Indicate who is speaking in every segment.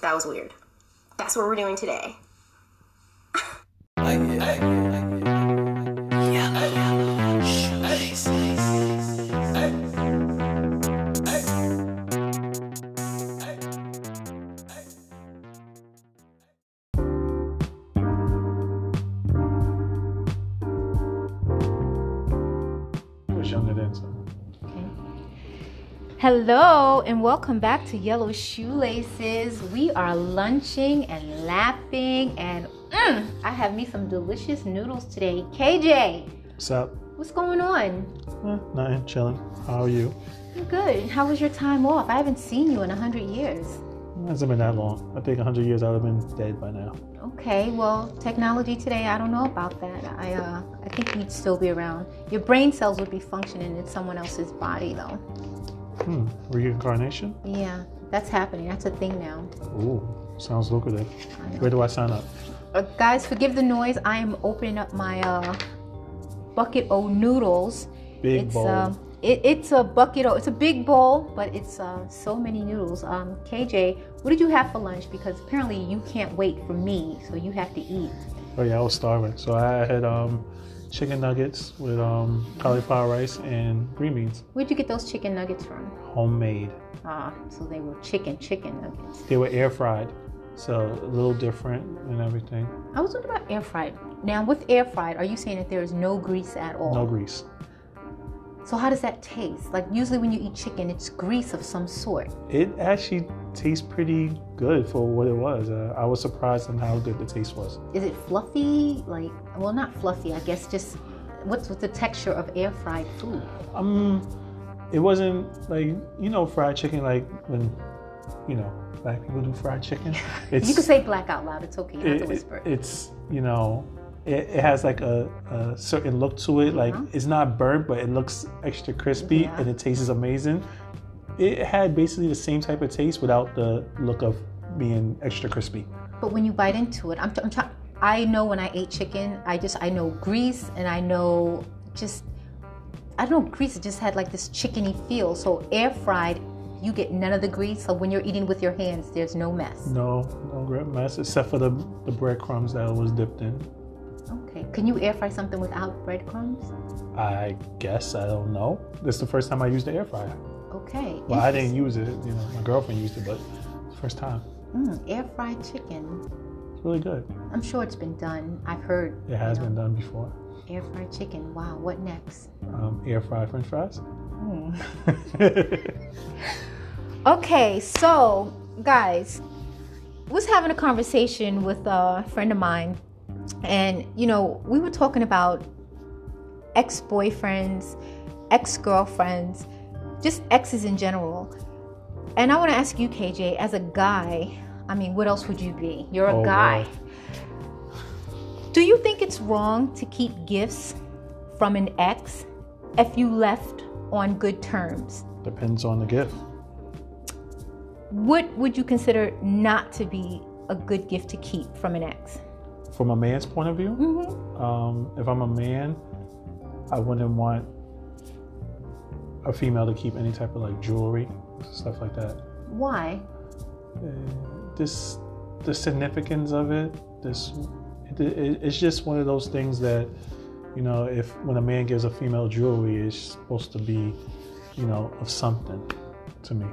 Speaker 1: That was weird. That's what we're doing today.
Speaker 2: Push on that answer.
Speaker 3: Hello and welcome back to Yellow Shoelaces. We are lunching and laughing, and mm, I have me some delicious noodles today. KJ,
Speaker 2: What's up?
Speaker 3: what's going on?
Speaker 2: Eh, nothing, chilling. How are you?
Speaker 3: I'm good. How was your time off? I haven't seen you in a hundred years.
Speaker 2: It hasn't been that long. I think 100 years I would have been dead by now.
Speaker 3: Okay, well, technology today, I don't know about that. I uh, I think you'd still be around. Your brain cells would be functioning in someone else's body, though.
Speaker 2: Hmm, reincarnation?
Speaker 3: Yeah, that's happening. That's a thing now.
Speaker 2: Ooh, sounds lucrative. Where do I sign up?
Speaker 3: Uh, guys, forgive the noise. I am opening up my uh, bucket o noodles.
Speaker 2: Big
Speaker 3: it's
Speaker 2: bowl.
Speaker 3: um, it, it's a bucket o. It's a big bowl, but it's uh, so many noodles. Um, KJ, what did you have for lunch? Because apparently you can't wait for me, so you have to eat.
Speaker 2: Oh yeah, I was starving. So I had um, chicken nuggets with um, cauliflower rice and green beans,
Speaker 3: Where'd you get those chicken nuggets from?
Speaker 2: homemade.
Speaker 3: Ah, so they were chicken chicken nuggets.
Speaker 2: They were air fried, so a little different and everything.
Speaker 3: I was wondering about air fried. Now with air fried, are you saying that there is no grease at all?
Speaker 2: No grease.
Speaker 3: So how does that taste? Like usually when you eat chicken, it's grease of some sort.
Speaker 2: It actually tastes pretty good for what it was. Uh, I was surprised on how good the taste was.
Speaker 3: is it fluffy like well not fluffy i guess just what's with the texture of air fried food
Speaker 2: Um, it wasn't like you know fried chicken like when you know black people do fried chicken. It's
Speaker 3: you can say black out loud it's okay you don't have
Speaker 2: it,
Speaker 3: to
Speaker 2: it-
Speaker 3: whisper
Speaker 2: it's you know it, it has like a, a certain look to it. Like it's not burnt, but it looks extra crispy
Speaker 3: Uh-huh. Yeah.
Speaker 2: and it tastes amazing. It had basically the same type of taste without the look of being extra crispy.
Speaker 3: but when you bite into it i'm, t- I'm trying i know when i ate chicken i just i know grease and i know just i don't know grease it just had like this chickeny feel so air fried you get none of the grease so when you're eating with your hands there's no mess
Speaker 2: No, no great mess except for the the breadcrumbs that it was dipped in.
Speaker 3: okay can you air fry something without breadcrumbs
Speaker 2: I guess I don't know. This is the first time I used the air fryer.
Speaker 3: okay
Speaker 2: Well, I didn't use it. You know, my girlfriend used it, but first time,
Speaker 3: Mm, air fried chicken
Speaker 2: it's really good.
Speaker 3: I'm sure it's been done. I've heard
Speaker 2: It has been done before.
Speaker 3: air fried chicken. Wow, what next?
Speaker 2: Um, air fried French fries.
Speaker 3: Okay, so guys, was having a conversation with a friend of mine, and you know, we were talking about ex boyfriends, ex girlfriends, just exes in general. And I want to ask you, KJ, as a guy, I mean, what else would you be? You're a
Speaker 2: Oh,
Speaker 3: guy.
Speaker 2: Lord.
Speaker 3: Do you think it's wrong to keep gifts from an ex if you left on good terms?
Speaker 2: Depends on the gift.
Speaker 3: What would you consider not to be a good gift to keep from an ex?
Speaker 2: From a man's point of view, um, if I'm a man, I wouldn't want a female to keep any type of like jewelry, stuff like that.
Speaker 3: Why?
Speaker 2: Uh, this, the significance of it. This, it, it, it's just one of those things that, you know, if when a man gives a female jewelry, it's supposed to be, you know, of something, to me.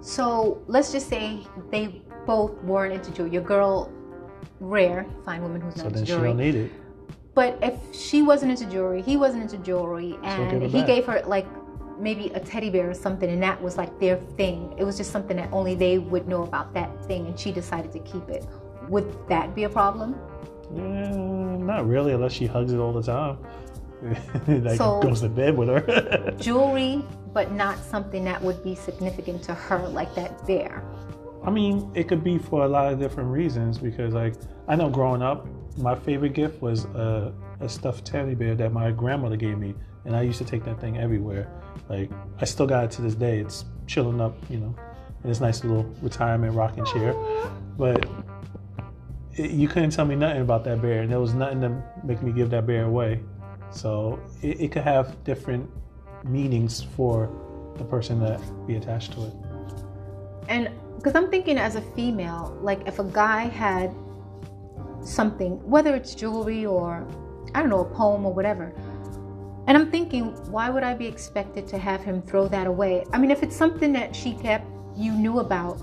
Speaker 3: So let's just say they both weren't into jewelry. Your girl, rare, fine woman who's not
Speaker 2: So
Speaker 3: into
Speaker 2: then she
Speaker 3: jewelry.
Speaker 2: don't need it.
Speaker 3: but if she wasn't into jewelry, he wasn't into jewelry,
Speaker 2: give
Speaker 3: and
Speaker 2: it
Speaker 3: he
Speaker 2: back.
Speaker 3: gave her like maybe a teddy bear or something, and that was like their thing. It was just something that only they would know about that thing, and she decided to keep it. Would that be a problem?
Speaker 2: Yeah, not really, unless she hugs it all the time. like
Speaker 3: So-
Speaker 2: goes to bed with her.
Speaker 3: Jewelry, but not something that would be significant to her, like that bear.
Speaker 2: I mean, it could be for a lot of different reasons because, like, I know growing up, my favorite gift was a, a stuffed teddy bear that my grandmother gave me, and I used to take that thing everywhere. Like, I still got it to this day. It's chilling up, you know, in this nice little retirement rocking chair. But it, you couldn't tell me nothing about that bear, and there was nothing to make me give that bear away. So it, it could have different meanings for the person that be attached to it.
Speaker 3: And because I'm thinking as a female, like if a guy had something, whether it's jewelry or I don't know, a poem or whatever, and I'm thinking, why would I be expected to have him throw that away? I mean, if it's something that she kept, you knew about,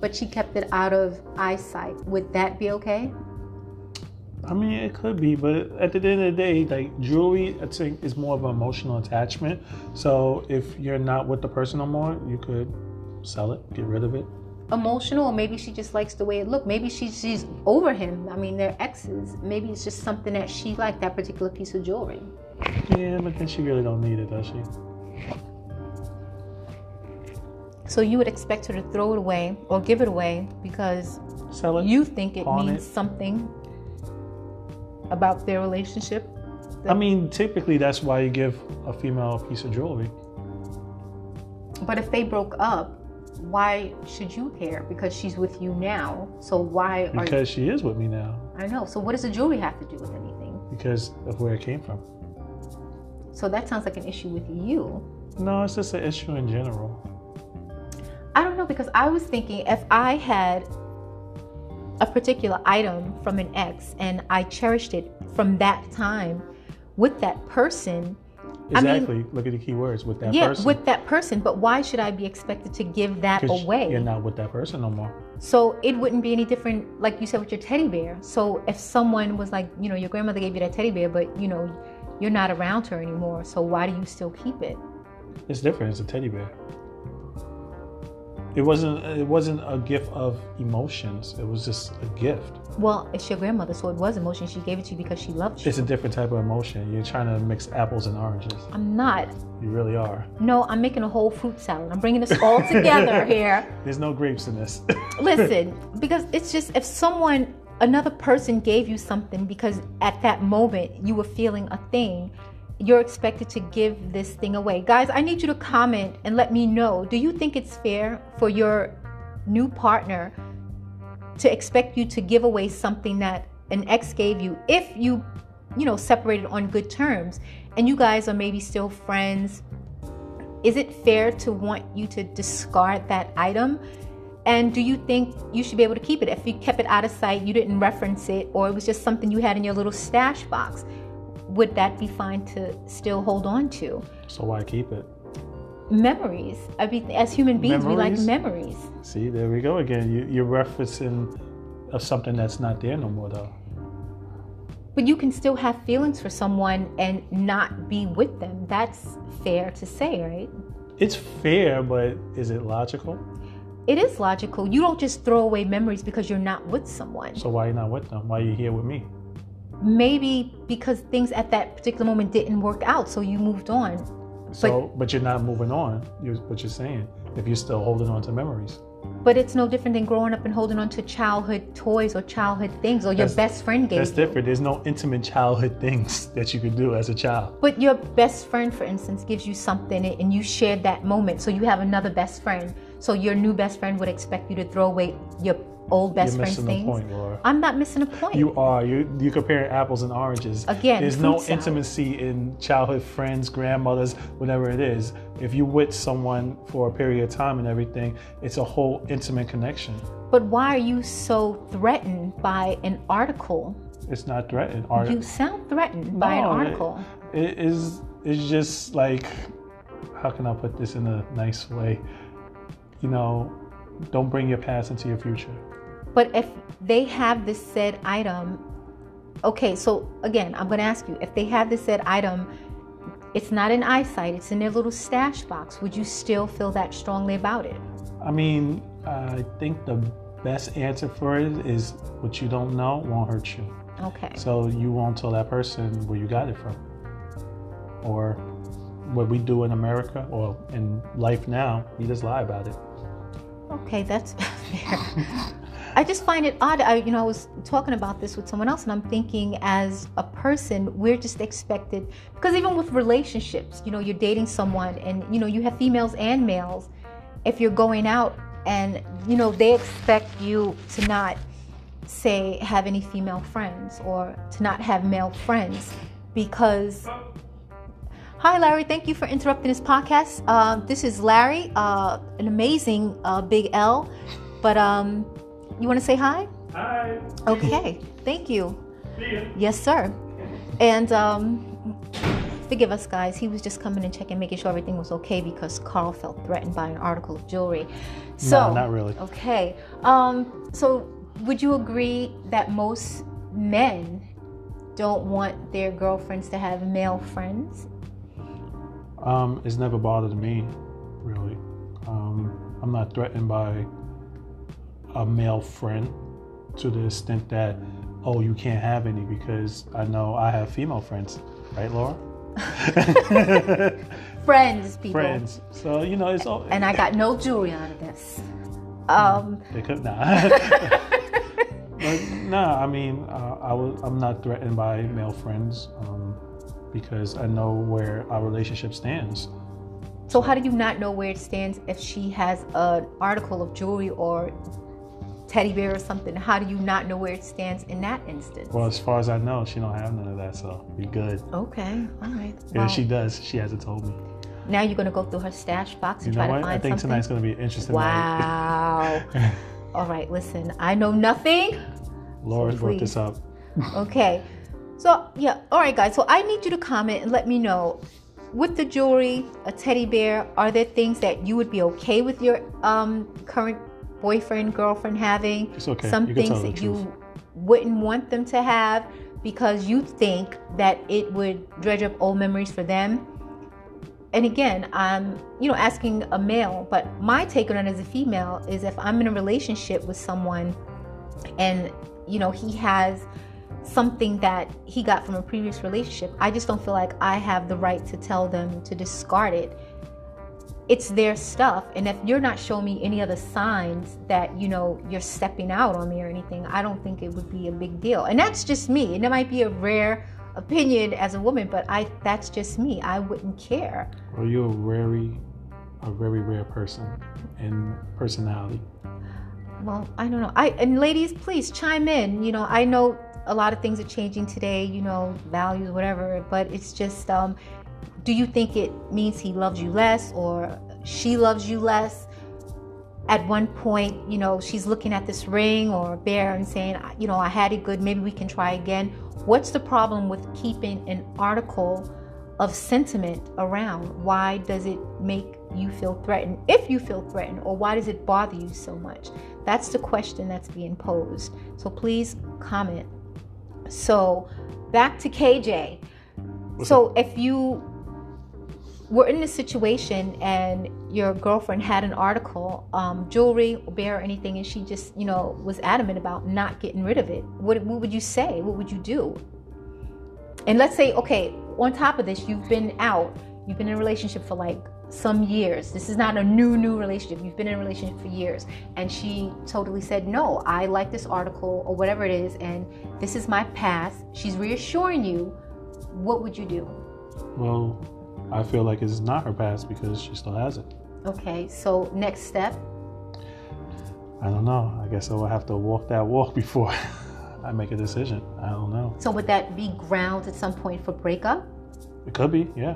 Speaker 3: but she kept it out of eyesight, would that be okay?
Speaker 2: I mean, it could be, but at the end of the day, like jewelry, I think is more of an emotional attachment. So if you're not with the person no more, you could sell it, get rid of it.
Speaker 3: Emotional, or maybe she just likes the way it looked. Maybe she, she's over him. I mean, they're exes. Maybe it's just something that she liked, that particular piece of jewelry.
Speaker 2: Yeah, but then she really don't need it, does she?
Speaker 3: So you would expect her to throw it away or give it away because
Speaker 2: Sell it.
Speaker 3: you think it
Speaker 2: Pawn
Speaker 3: means
Speaker 2: it.
Speaker 3: something about their relationship.
Speaker 2: I mean, typically that's why you give a female a piece of jewelry.
Speaker 3: But if they broke up, why should you care? Because she's with you now. So why are you?
Speaker 2: Because she is with me now.
Speaker 3: I know. So what does the jewelry have to do with anything?
Speaker 2: Because of where it came from.
Speaker 3: So that sounds like an issue with you.
Speaker 2: No, it's just an issue in general.
Speaker 3: I don't know because I was thinking if I had a particular item from an ex and I cherished it from that time with that person, I mean-
Speaker 2: Exactly. Look at the key words with that
Speaker 3: yeah,
Speaker 2: person.
Speaker 3: with that person, but why should I be expected to give that
Speaker 2: 'Cause
Speaker 3: away?
Speaker 2: You're not with that person no more.
Speaker 3: So it wouldn't be any different, like you said, with your teddy bear. So if someone was like, you know, your grandmother gave you that teddy bear, but you know, you're not around her anymore, so why do you still keep it?
Speaker 2: It's different. It's a teddy bear. It wasn't. It wasn't a gift of emotions. It was just a gift.
Speaker 3: Well, it's your grandmother, so it was emotion. She gave it to you because she loved you.
Speaker 2: It's a different type of emotion. You're trying to mix apples and oranges.
Speaker 3: I'm not.
Speaker 2: You really are.
Speaker 3: No, I'm making a whole fruit salad. I'm bringing this all together here.
Speaker 2: There's no grapes in this.
Speaker 3: Listen, because it's just if someone, another person gave you something because at that moment you were feeling a thing, you're expected to give this thing away. Guys, I need you to comment and let me know do you think it's fair for your new partner to expect you to give away something that an ex gave you if you, you know, separated on good terms and you guys are maybe still friends? Is it fair to want you to discard that item? And do you think you should be able to keep it? If you kept it out of sight, you didn't reference it, or it was just something you had in your little stash box, would that be fine to still hold on to?
Speaker 2: so why keep it?
Speaker 3: Memories. I mean, as human beings, we like
Speaker 2: Memories?
Speaker 3: memories.
Speaker 2: See, there we go again. You, you're referencing of something that's not there no more, though.
Speaker 3: But you can still have feelings for someone and not be with them. That's fair to say, right?
Speaker 2: It's fair, but is it logical?
Speaker 3: It is logical. You don't just throw away memories because you're not with someone.
Speaker 2: So why you not with them? Why you here with me?
Speaker 3: Maybe because things at that particular moment didn't work out, so you moved on.
Speaker 2: So, but, you're not moving on. You're, what you're saying, if you're still holding on to memories,
Speaker 3: But it's no different than growing up and holding on to childhood toys or childhood things or your
Speaker 2: That's-
Speaker 3: best friend gave
Speaker 2: that's
Speaker 3: you.
Speaker 2: different. There's no intimate childhood things that you could do as a child.
Speaker 3: But your best friend, for instance, gives you something and you shared that moment. So you have another best friend. So your new best friend would expect you to throw away your old best
Speaker 2: you're
Speaker 3: friend's
Speaker 2: missing
Speaker 3: things.
Speaker 2: the point, Laura.
Speaker 3: I'm not missing a point.
Speaker 2: You are. You you comparing apples and oranges.
Speaker 3: Again,
Speaker 2: there's
Speaker 3: fruit
Speaker 2: no
Speaker 3: salad.
Speaker 2: intimacy in childhood friends, grandmothers, whatever it is. If you with someone for a period of time and everything, it's a whole intimate connection.
Speaker 3: but why are you so threatened by an article?
Speaker 2: It's not threatened. Art,
Speaker 3: You sound threatened by an
Speaker 2: Uh, No, it-
Speaker 3: article.
Speaker 2: it is. It's just like, how can I put this in a nice way? You know, don't bring your past into your future.
Speaker 3: But if they have this said item, okay, so again, I'm going to ask you if they have this said item, it's not in eyesight, it's in their little stash box, would you still feel that strongly about it?
Speaker 2: I mean, I think the best answer for it is what you don't know won't hurt you.
Speaker 3: Okay.
Speaker 2: So you won't tell that person where you got it from, or what we do in America or in life now. You just lie about it.
Speaker 3: Okay, that's fair. I just find it odd. I, you know, I was talking about this with someone else, and I'm thinking, as a person, we're just expected because even with relationships, you know, you're dating someone, and you know, you have females and males. If you're going out, and you know, they expect you to not say have any female friends or to not have male friends because Hi, Larry. Thank you for interrupting this podcast. Uh, this is Larry, uh, an amazing uh, Big L. But um, you want to say hi?
Speaker 2: Hi.
Speaker 3: Okay. Thank you.
Speaker 2: See ya.
Speaker 3: Yes, sir. And um, forgive us, guys. He was just coming and checking, making sure everything was okay because Carl felt threatened by an article of jewelry. So,
Speaker 2: no, not really.
Speaker 3: okay. Um, so, would you agree that most men don't want their girlfriends to have male friends?
Speaker 2: Um, it's never bothered me, really. Um, I'm not threatened by a male friend to the extent that, oh, you can't have any because I know I have female friends, right, Laura?
Speaker 3: Friends, people.
Speaker 2: friends. So you know, it's all.
Speaker 3: And I got no jewelry out of this. Um,
Speaker 2: They could not. but nah, I mean, uh, I was, I'm not threatened by male friends um, because I know where our relationship stands.
Speaker 3: so, how do you not know where it stands if she has an article of jewelry or teddy bear or something? How do you not know where it stands in that instance?
Speaker 2: Well, as far as I know, she don't have none of that, so we good.
Speaker 3: Okay, all right.
Speaker 2: And
Speaker 3: Wow.
Speaker 2: if she does, she hasn't told me.
Speaker 3: now you're gonna go through her stash box
Speaker 2: You
Speaker 3: and
Speaker 2: know
Speaker 3: try to
Speaker 2: what? I
Speaker 3: find
Speaker 2: think
Speaker 3: something.
Speaker 2: tonight's gonna be an interesting night.
Speaker 3: wow. all right, listen. I know nothing.
Speaker 2: Laura
Speaker 3: So
Speaker 2: brought this up.
Speaker 3: Okay. So, yeah, all right, guys. So, I need you to comment and let me know with the jewelry, a teddy bear, are there things that you would be okay with your um, current boyfriend, girlfriend having?
Speaker 2: It's okay.
Speaker 3: Some
Speaker 2: You can
Speaker 3: things
Speaker 2: tell the
Speaker 3: that
Speaker 2: truth.
Speaker 3: you wouldn't want them to have because you think that it would dredge up old memories for them. And again, I'm, you know, asking a male, but my take on it as a female is if I'm in a relationship with someone and you know he has something that he got from a previous relationship i just don't feel like i have the right to tell them to discard it it's their stuff and if you're not showing me any other signs that you know you're stepping out on me or anything i don't think it would be a big deal and that's just me and it might be a rare opinion as a woman but i that's just me i wouldn't care
Speaker 2: Are you a very, a very rare person in personality?
Speaker 3: well i don't know i and ladies please chime in you know i know a lot of things are changing today you know values whatever but it's just um do you think it means he loves you less or she loves you less at one point you know she's looking at this ring or bear and saying "I- you know i had it good maybe we can try again what's the problem with keeping an article of sentiment around why does it make you feel threatened if you feel threatened or why does it bother you so much that's the question that's being posed so please comment so back to kj so if you were in this situation and your girlfriend had an article, um, jewelry, bear, or anything, and she just, you know, was adamant about not getting rid of it, what, what would you say? What would you do? And let's say, okay, on top of this, you've been out, you've been in a relationship for like some years. This is not a new, new relationship. You've been in a relationship for years. And she totally said, no, I like this article or whatever it is, and this is my past. She's reassuring you. What would you do?
Speaker 2: Well, I feel like it's not her past because she still has it.
Speaker 3: Okay, so next step.
Speaker 2: I don't know. I guess I will have to walk that walk before I make a decision. I don't know.
Speaker 3: So would that be grounds at some point for breakup?
Speaker 2: It could be, yeah.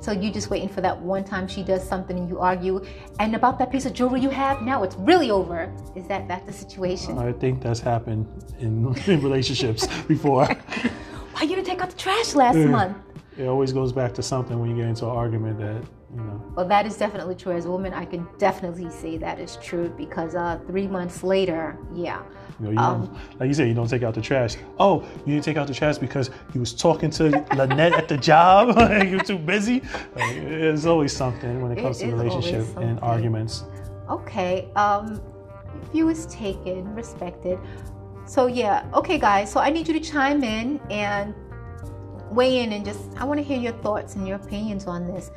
Speaker 3: So you just waiting for that one time she does something and you argue, and about that piece of jewelry you have now it's really over. Is that that the situation?
Speaker 2: I think that's happened in, in relationships before.
Speaker 3: Why you didn't take out the trash last
Speaker 2: Mm.
Speaker 3: month?
Speaker 2: It always goes back to something when you get into an argument that, you know,
Speaker 3: Well, that is definitely true. As a woman, I can definitely say that is true because uh, three months later, yeah.
Speaker 2: you, know, you
Speaker 3: Um,
Speaker 2: don't, like you said, you don't take out the trash. Oh, you didn't take out the trash because you was talking to Lynette at the job. You're too busy. Like, there's always something when it
Speaker 3: It
Speaker 2: comes
Speaker 3: is
Speaker 2: to
Speaker 3: always
Speaker 2: relationship
Speaker 3: something.
Speaker 2: and arguments.
Speaker 3: Okay. Um, view is taken, respected. So yeah. Okay, guys. So I need you to chime in and weigh in, and just I want to hear your thoughts and your opinions on this.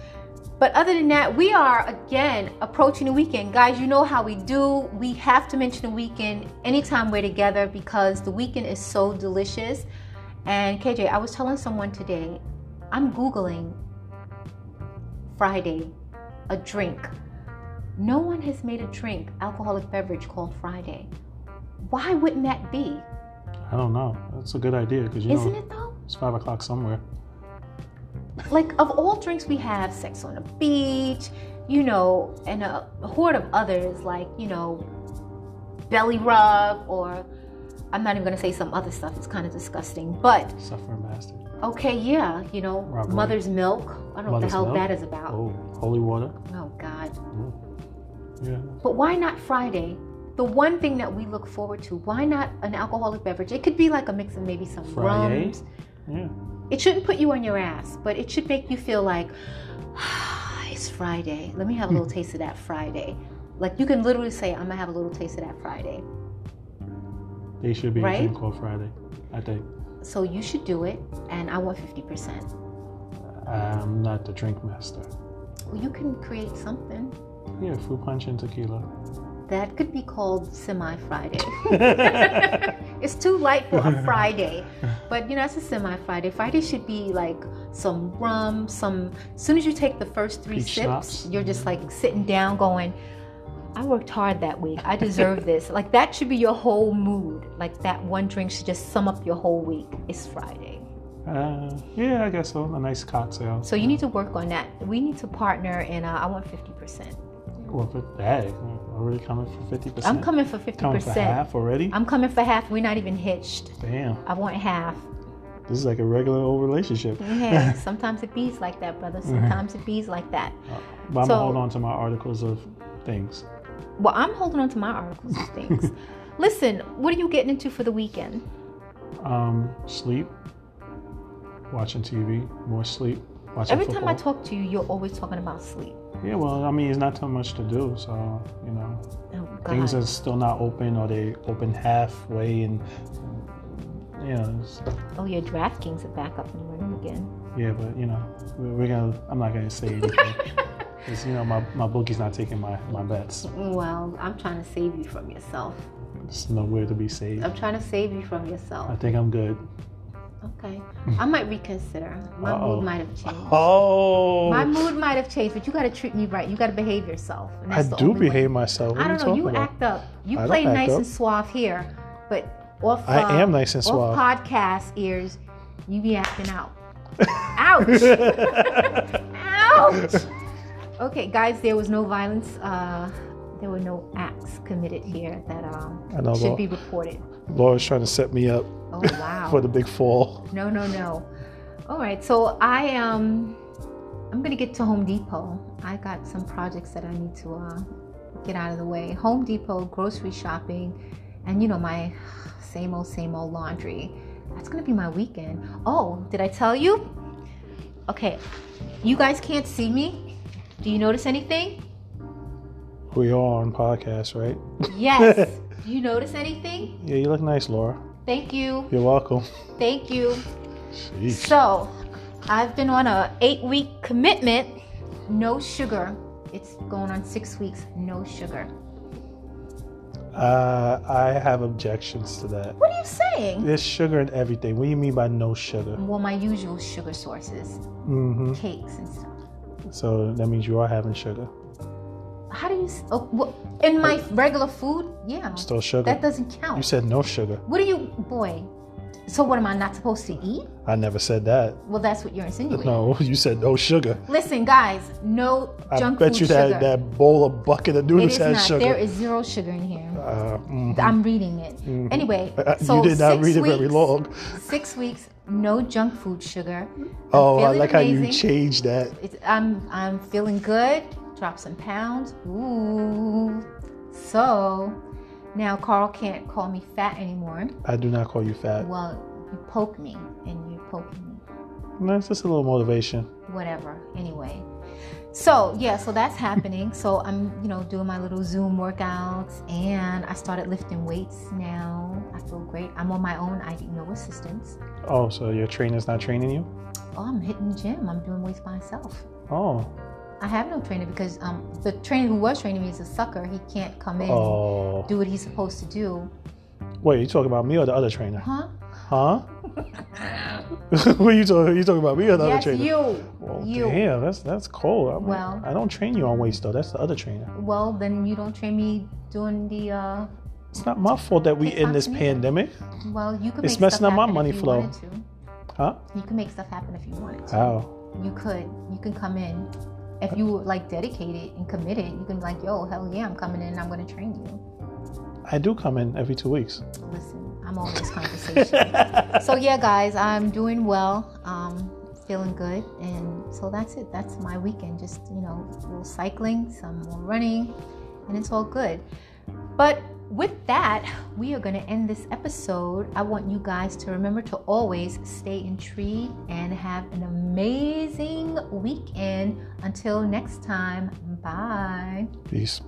Speaker 3: But other than that, we are again approaching the weekend. Guys, you know how we do. We have to mention the weekend anytime we're together because the weekend is so delicious. And KJ, I was telling someone today, I'm Googling Friday, a drink. No one has made a drink, alcoholic beverage called Friday. Why wouldn't that be?
Speaker 2: I don't know. That's a good idea because, you
Speaker 3: Isn't
Speaker 2: know,
Speaker 3: it though?
Speaker 2: it's five o'clock somewhere.
Speaker 3: Like, of all drinks we have, sex on the beach, you know, and a horde of others, like, you know, belly rub or I'm not even gonna say some other stuff, it's kind of disgusting. But
Speaker 2: Suffering bastard.
Speaker 3: okay, yeah, you know,
Speaker 2: Robbery.
Speaker 3: mother's milk. I don't know what the
Speaker 2: Mother's
Speaker 3: hell
Speaker 2: milk?
Speaker 3: that is about.
Speaker 2: Oh, holy water.
Speaker 3: oh God.
Speaker 2: Yeah.
Speaker 3: But why not Friday? The one thing that we look forward to, why not an alcoholic beverage? It could be like a mix of maybe some
Speaker 2: Friday?
Speaker 3: rums.
Speaker 2: Yeah.
Speaker 3: It shouldn't put you on your ass, but it should make you feel like it's Friday. Let me have a
Speaker 2: Hmm.
Speaker 3: little taste of that Friday. Like you can literally say, I'm gonna have a little taste of that Friday.
Speaker 2: They should be
Speaker 3: Right?
Speaker 2: in called Friday. I think.
Speaker 3: So you should do it, and I want 50%.
Speaker 2: I'm not the drink master.
Speaker 3: Well, you can create something
Speaker 2: Yeah, fruit punch and tequila.
Speaker 3: that could be called semi Friday. it's too light for a Friday, but you know, it's a semi Friday. Friday should be like some rum, some. As soon as you take the first three
Speaker 2: Peach
Speaker 3: sips,
Speaker 2: schnapps.
Speaker 3: you're just like sitting down going, I worked hard that week. I deserve this. Like, that should be your whole mood. Like, that one drink should just sum up your whole week. It's Friday.
Speaker 2: Uh, yeah, I guess so. A nice cocktail.
Speaker 3: So, you need to work on that. We need to partner, and uh, I want 50%.
Speaker 2: Well, for, hey, already coming for fifty percent.
Speaker 3: I'm coming for
Speaker 2: Coming for
Speaker 3: 50%.
Speaker 2: half already.
Speaker 3: I'm coming for half. We're not even hitched.
Speaker 2: Damn,
Speaker 3: I want half.
Speaker 2: this is like a regular old relationship.
Speaker 3: Yeah, sometimes it bees like that, brother.
Speaker 2: Mm-hmm.
Speaker 3: Sometimes it bees like that.
Speaker 2: Uh, But I'm
Speaker 3: So-
Speaker 2: gonna hold on to my articles of things.
Speaker 3: Well, I'm holding on to my articles and things. Listen, what are you getting into for the weekend?
Speaker 2: Um, sleep, watching TV, more sleep, watching
Speaker 3: Every
Speaker 2: football.
Speaker 3: time I talk to you, you're always talking about sleep.
Speaker 2: yeah, well, I mean, it's not too much to do, so you know,
Speaker 3: Oh
Speaker 2: things
Speaker 3: God.
Speaker 2: are still not open or they open halfway, and you know, it's-
Speaker 3: Oh, your DraftKings are back up and running again.
Speaker 2: yeah, but you know, we're, we're gonna. I'm not gonna say anything. 'Cause, you know, my, my bookie's not taking my, my bets.
Speaker 3: Well, I'm trying to save you from yourself.
Speaker 2: There's nowhere to be saved.
Speaker 3: I'm trying to save you from
Speaker 2: I
Speaker 3: yourself.
Speaker 2: think I'm good.
Speaker 3: Okay. I might reconsider. My
Speaker 2: Uh-huh. Hmm. Uh-oh.
Speaker 3: mood might have changed.
Speaker 2: Oh,
Speaker 3: My mood might have changed, but you got to treat me right. You got to behave yourself. and
Speaker 2: I
Speaker 3: that's the
Speaker 2: do
Speaker 3: only way.
Speaker 2: behave myself. What
Speaker 3: I
Speaker 2: are you
Speaker 3: don't know.
Speaker 2: talking
Speaker 3: You
Speaker 2: about?
Speaker 3: act up. You
Speaker 2: I don't
Speaker 3: play
Speaker 2: act
Speaker 3: nice
Speaker 2: up.
Speaker 3: and suave here, but off.
Speaker 2: I
Speaker 3: uh,
Speaker 2: am nice and
Speaker 3: off
Speaker 2: suave.
Speaker 3: podcast ears, you be acting out. Ouch! Ouch! Okay, guys, there was no violence. Uh, there were no acts committed here that um,
Speaker 2: I know,
Speaker 3: should
Speaker 2: Laura.
Speaker 3: be reported.
Speaker 2: Laura's trying to set me up
Speaker 3: Oh wow!
Speaker 2: for the big fall.
Speaker 3: No, no, no. All right, so I um, I'm gonna get to Home Depot. I got some projects that I need to uh, get out of the way. Home Depot, grocery shopping, and you know my same old, same old laundry. That's gonna be my weekend. Oh, did I tell you? Okay, you guys can't see me. Do you notice anything?
Speaker 2: We are on podcast, right?
Speaker 3: Yes. Do you notice anything?
Speaker 2: Yeah, you look nice, Laura.
Speaker 3: Thank you.
Speaker 2: You're welcome.
Speaker 3: Thank you. So, I've been on a eight week commitment, no sugar. It's going on six weeks, no sugar.
Speaker 2: Uh, I have objections to that.
Speaker 3: What are you saying?
Speaker 2: There's sugar in everything. What do you mean by no sugar?
Speaker 3: Well, my usual sugar sources,
Speaker 2: hmm
Speaker 3: cakes and stuff.
Speaker 2: So that means you are having sugar.
Speaker 3: How do you? s- Oh, well, in my regular food, yeah,
Speaker 2: Still sugar.
Speaker 3: that doesn't
Speaker 2: you
Speaker 3: count.
Speaker 2: said no sugar.
Speaker 3: What do you, boy? So what am I not supposed to eat?
Speaker 2: I never said that.
Speaker 3: Well, that's what you're insinuating.
Speaker 2: No, you said no sugar.
Speaker 3: Listen, guys, no
Speaker 2: I
Speaker 3: junk
Speaker 2: bet
Speaker 3: food
Speaker 2: you
Speaker 3: sugar.
Speaker 2: that that bowl of bucket of
Speaker 3: it
Speaker 2: noodles
Speaker 3: is
Speaker 2: had
Speaker 3: not.
Speaker 2: sugar.
Speaker 3: There is zero sugar in here.
Speaker 2: Uh, mm.
Speaker 3: I'm reading it. Anyway,
Speaker 2: Uh,
Speaker 3: so
Speaker 2: you did not
Speaker 3: six
Speaker 2: read it very
Speaker 3: weeks-
Speaker 2: long.
Speaker 3: Six weeks, no junk food, sugar. I'm
Speaker 2: Oh, I
Speaker 3: feeling
Speaker 2: like how you
Speaker 3: amazing.
Speaker 2: changed that.
Speaker 3: It's, I'm I'm feeling good. Drop some pounds. Ooh. So now Carl can't call me fat anymore.
Speaker 2: I do not call you fat.
Speaker 3: Well, you poke me and you poke me.
Speaker 2: No, it's just a little motivation.
Speaker 3: Whatever. Anyway. So yeah, so that's happening. So I'm, you know, doing my little Zoom workouts, and I started lifting weights now. I feel great. I'm on my own. I need no assistance.
Speaker 2: Oh, so your trainer's not training you?
Speaker 3: Oh, I'm hitting the gym. I'm doing weights by myself.
Speaker 2: Oh.
Speaker 3: I have no trainer because um, the trainer who was training me is a sucker. He can't come in and
Speaker 2: Oh.
Speaker 3: do what he's supposed to do.
Speaker 2: Wait, you talking about me or the other trainer?
Speaker 3: Huh?
Speaker 2: Huh? what you talking? You talking about me or the
Speaker 3: Yes,
Speaker 2: other trainer?
Speaker 3: you.
Speaker 2: Well,
Speaker 3: you.
Speaker 2: damn, that's that's cold. I'm,
Speaker 3: Well-
Speaker 2: I don't train you on weights though. That's the other trainer.
Speaker 3: Well, then you don't train me doing the. Uh,
Speaker 2: It's not my fault that we
Speaker 3: It's
Speaker 2: in
Speaker 3: not
Speaker 2: this
Speaker 3: me.
Speaker 2: pandemic,
Speaker 3: well, you could.
Speaker 2: It's
Speaker 3: make
Speaker 2: messing
Speaker 3: stuff
Speaker 2: up my
Speaker 3: happen if
Speaker 2: money
Speaker 3: you
Speaker 2: flow.
Speaker 3: wanted to.
Speaker 2: huh?
Speaker 3: You can make stuff happen if you wanted to.
Speaker 2: How?
Speaker 3: You could. You can come in if you were like dedicated and committed, you can be like, yo, hell yeah, I'm coming in and I'm gonna train you.
Speaker 2: I do come in every two weeks.
Speaker 3: Listen, I'm on this conversation. so yeah, guys, I'm doing well. Um, feeling good, and so that's it. That's my weekend. Just you know, a little cycling, some more running, and it's all good. But with that, we are going to end this episode. I want you guys to remember to always stay intrigued and have an amazing weekend. Until next time, bye.
Speaker 2: Peace.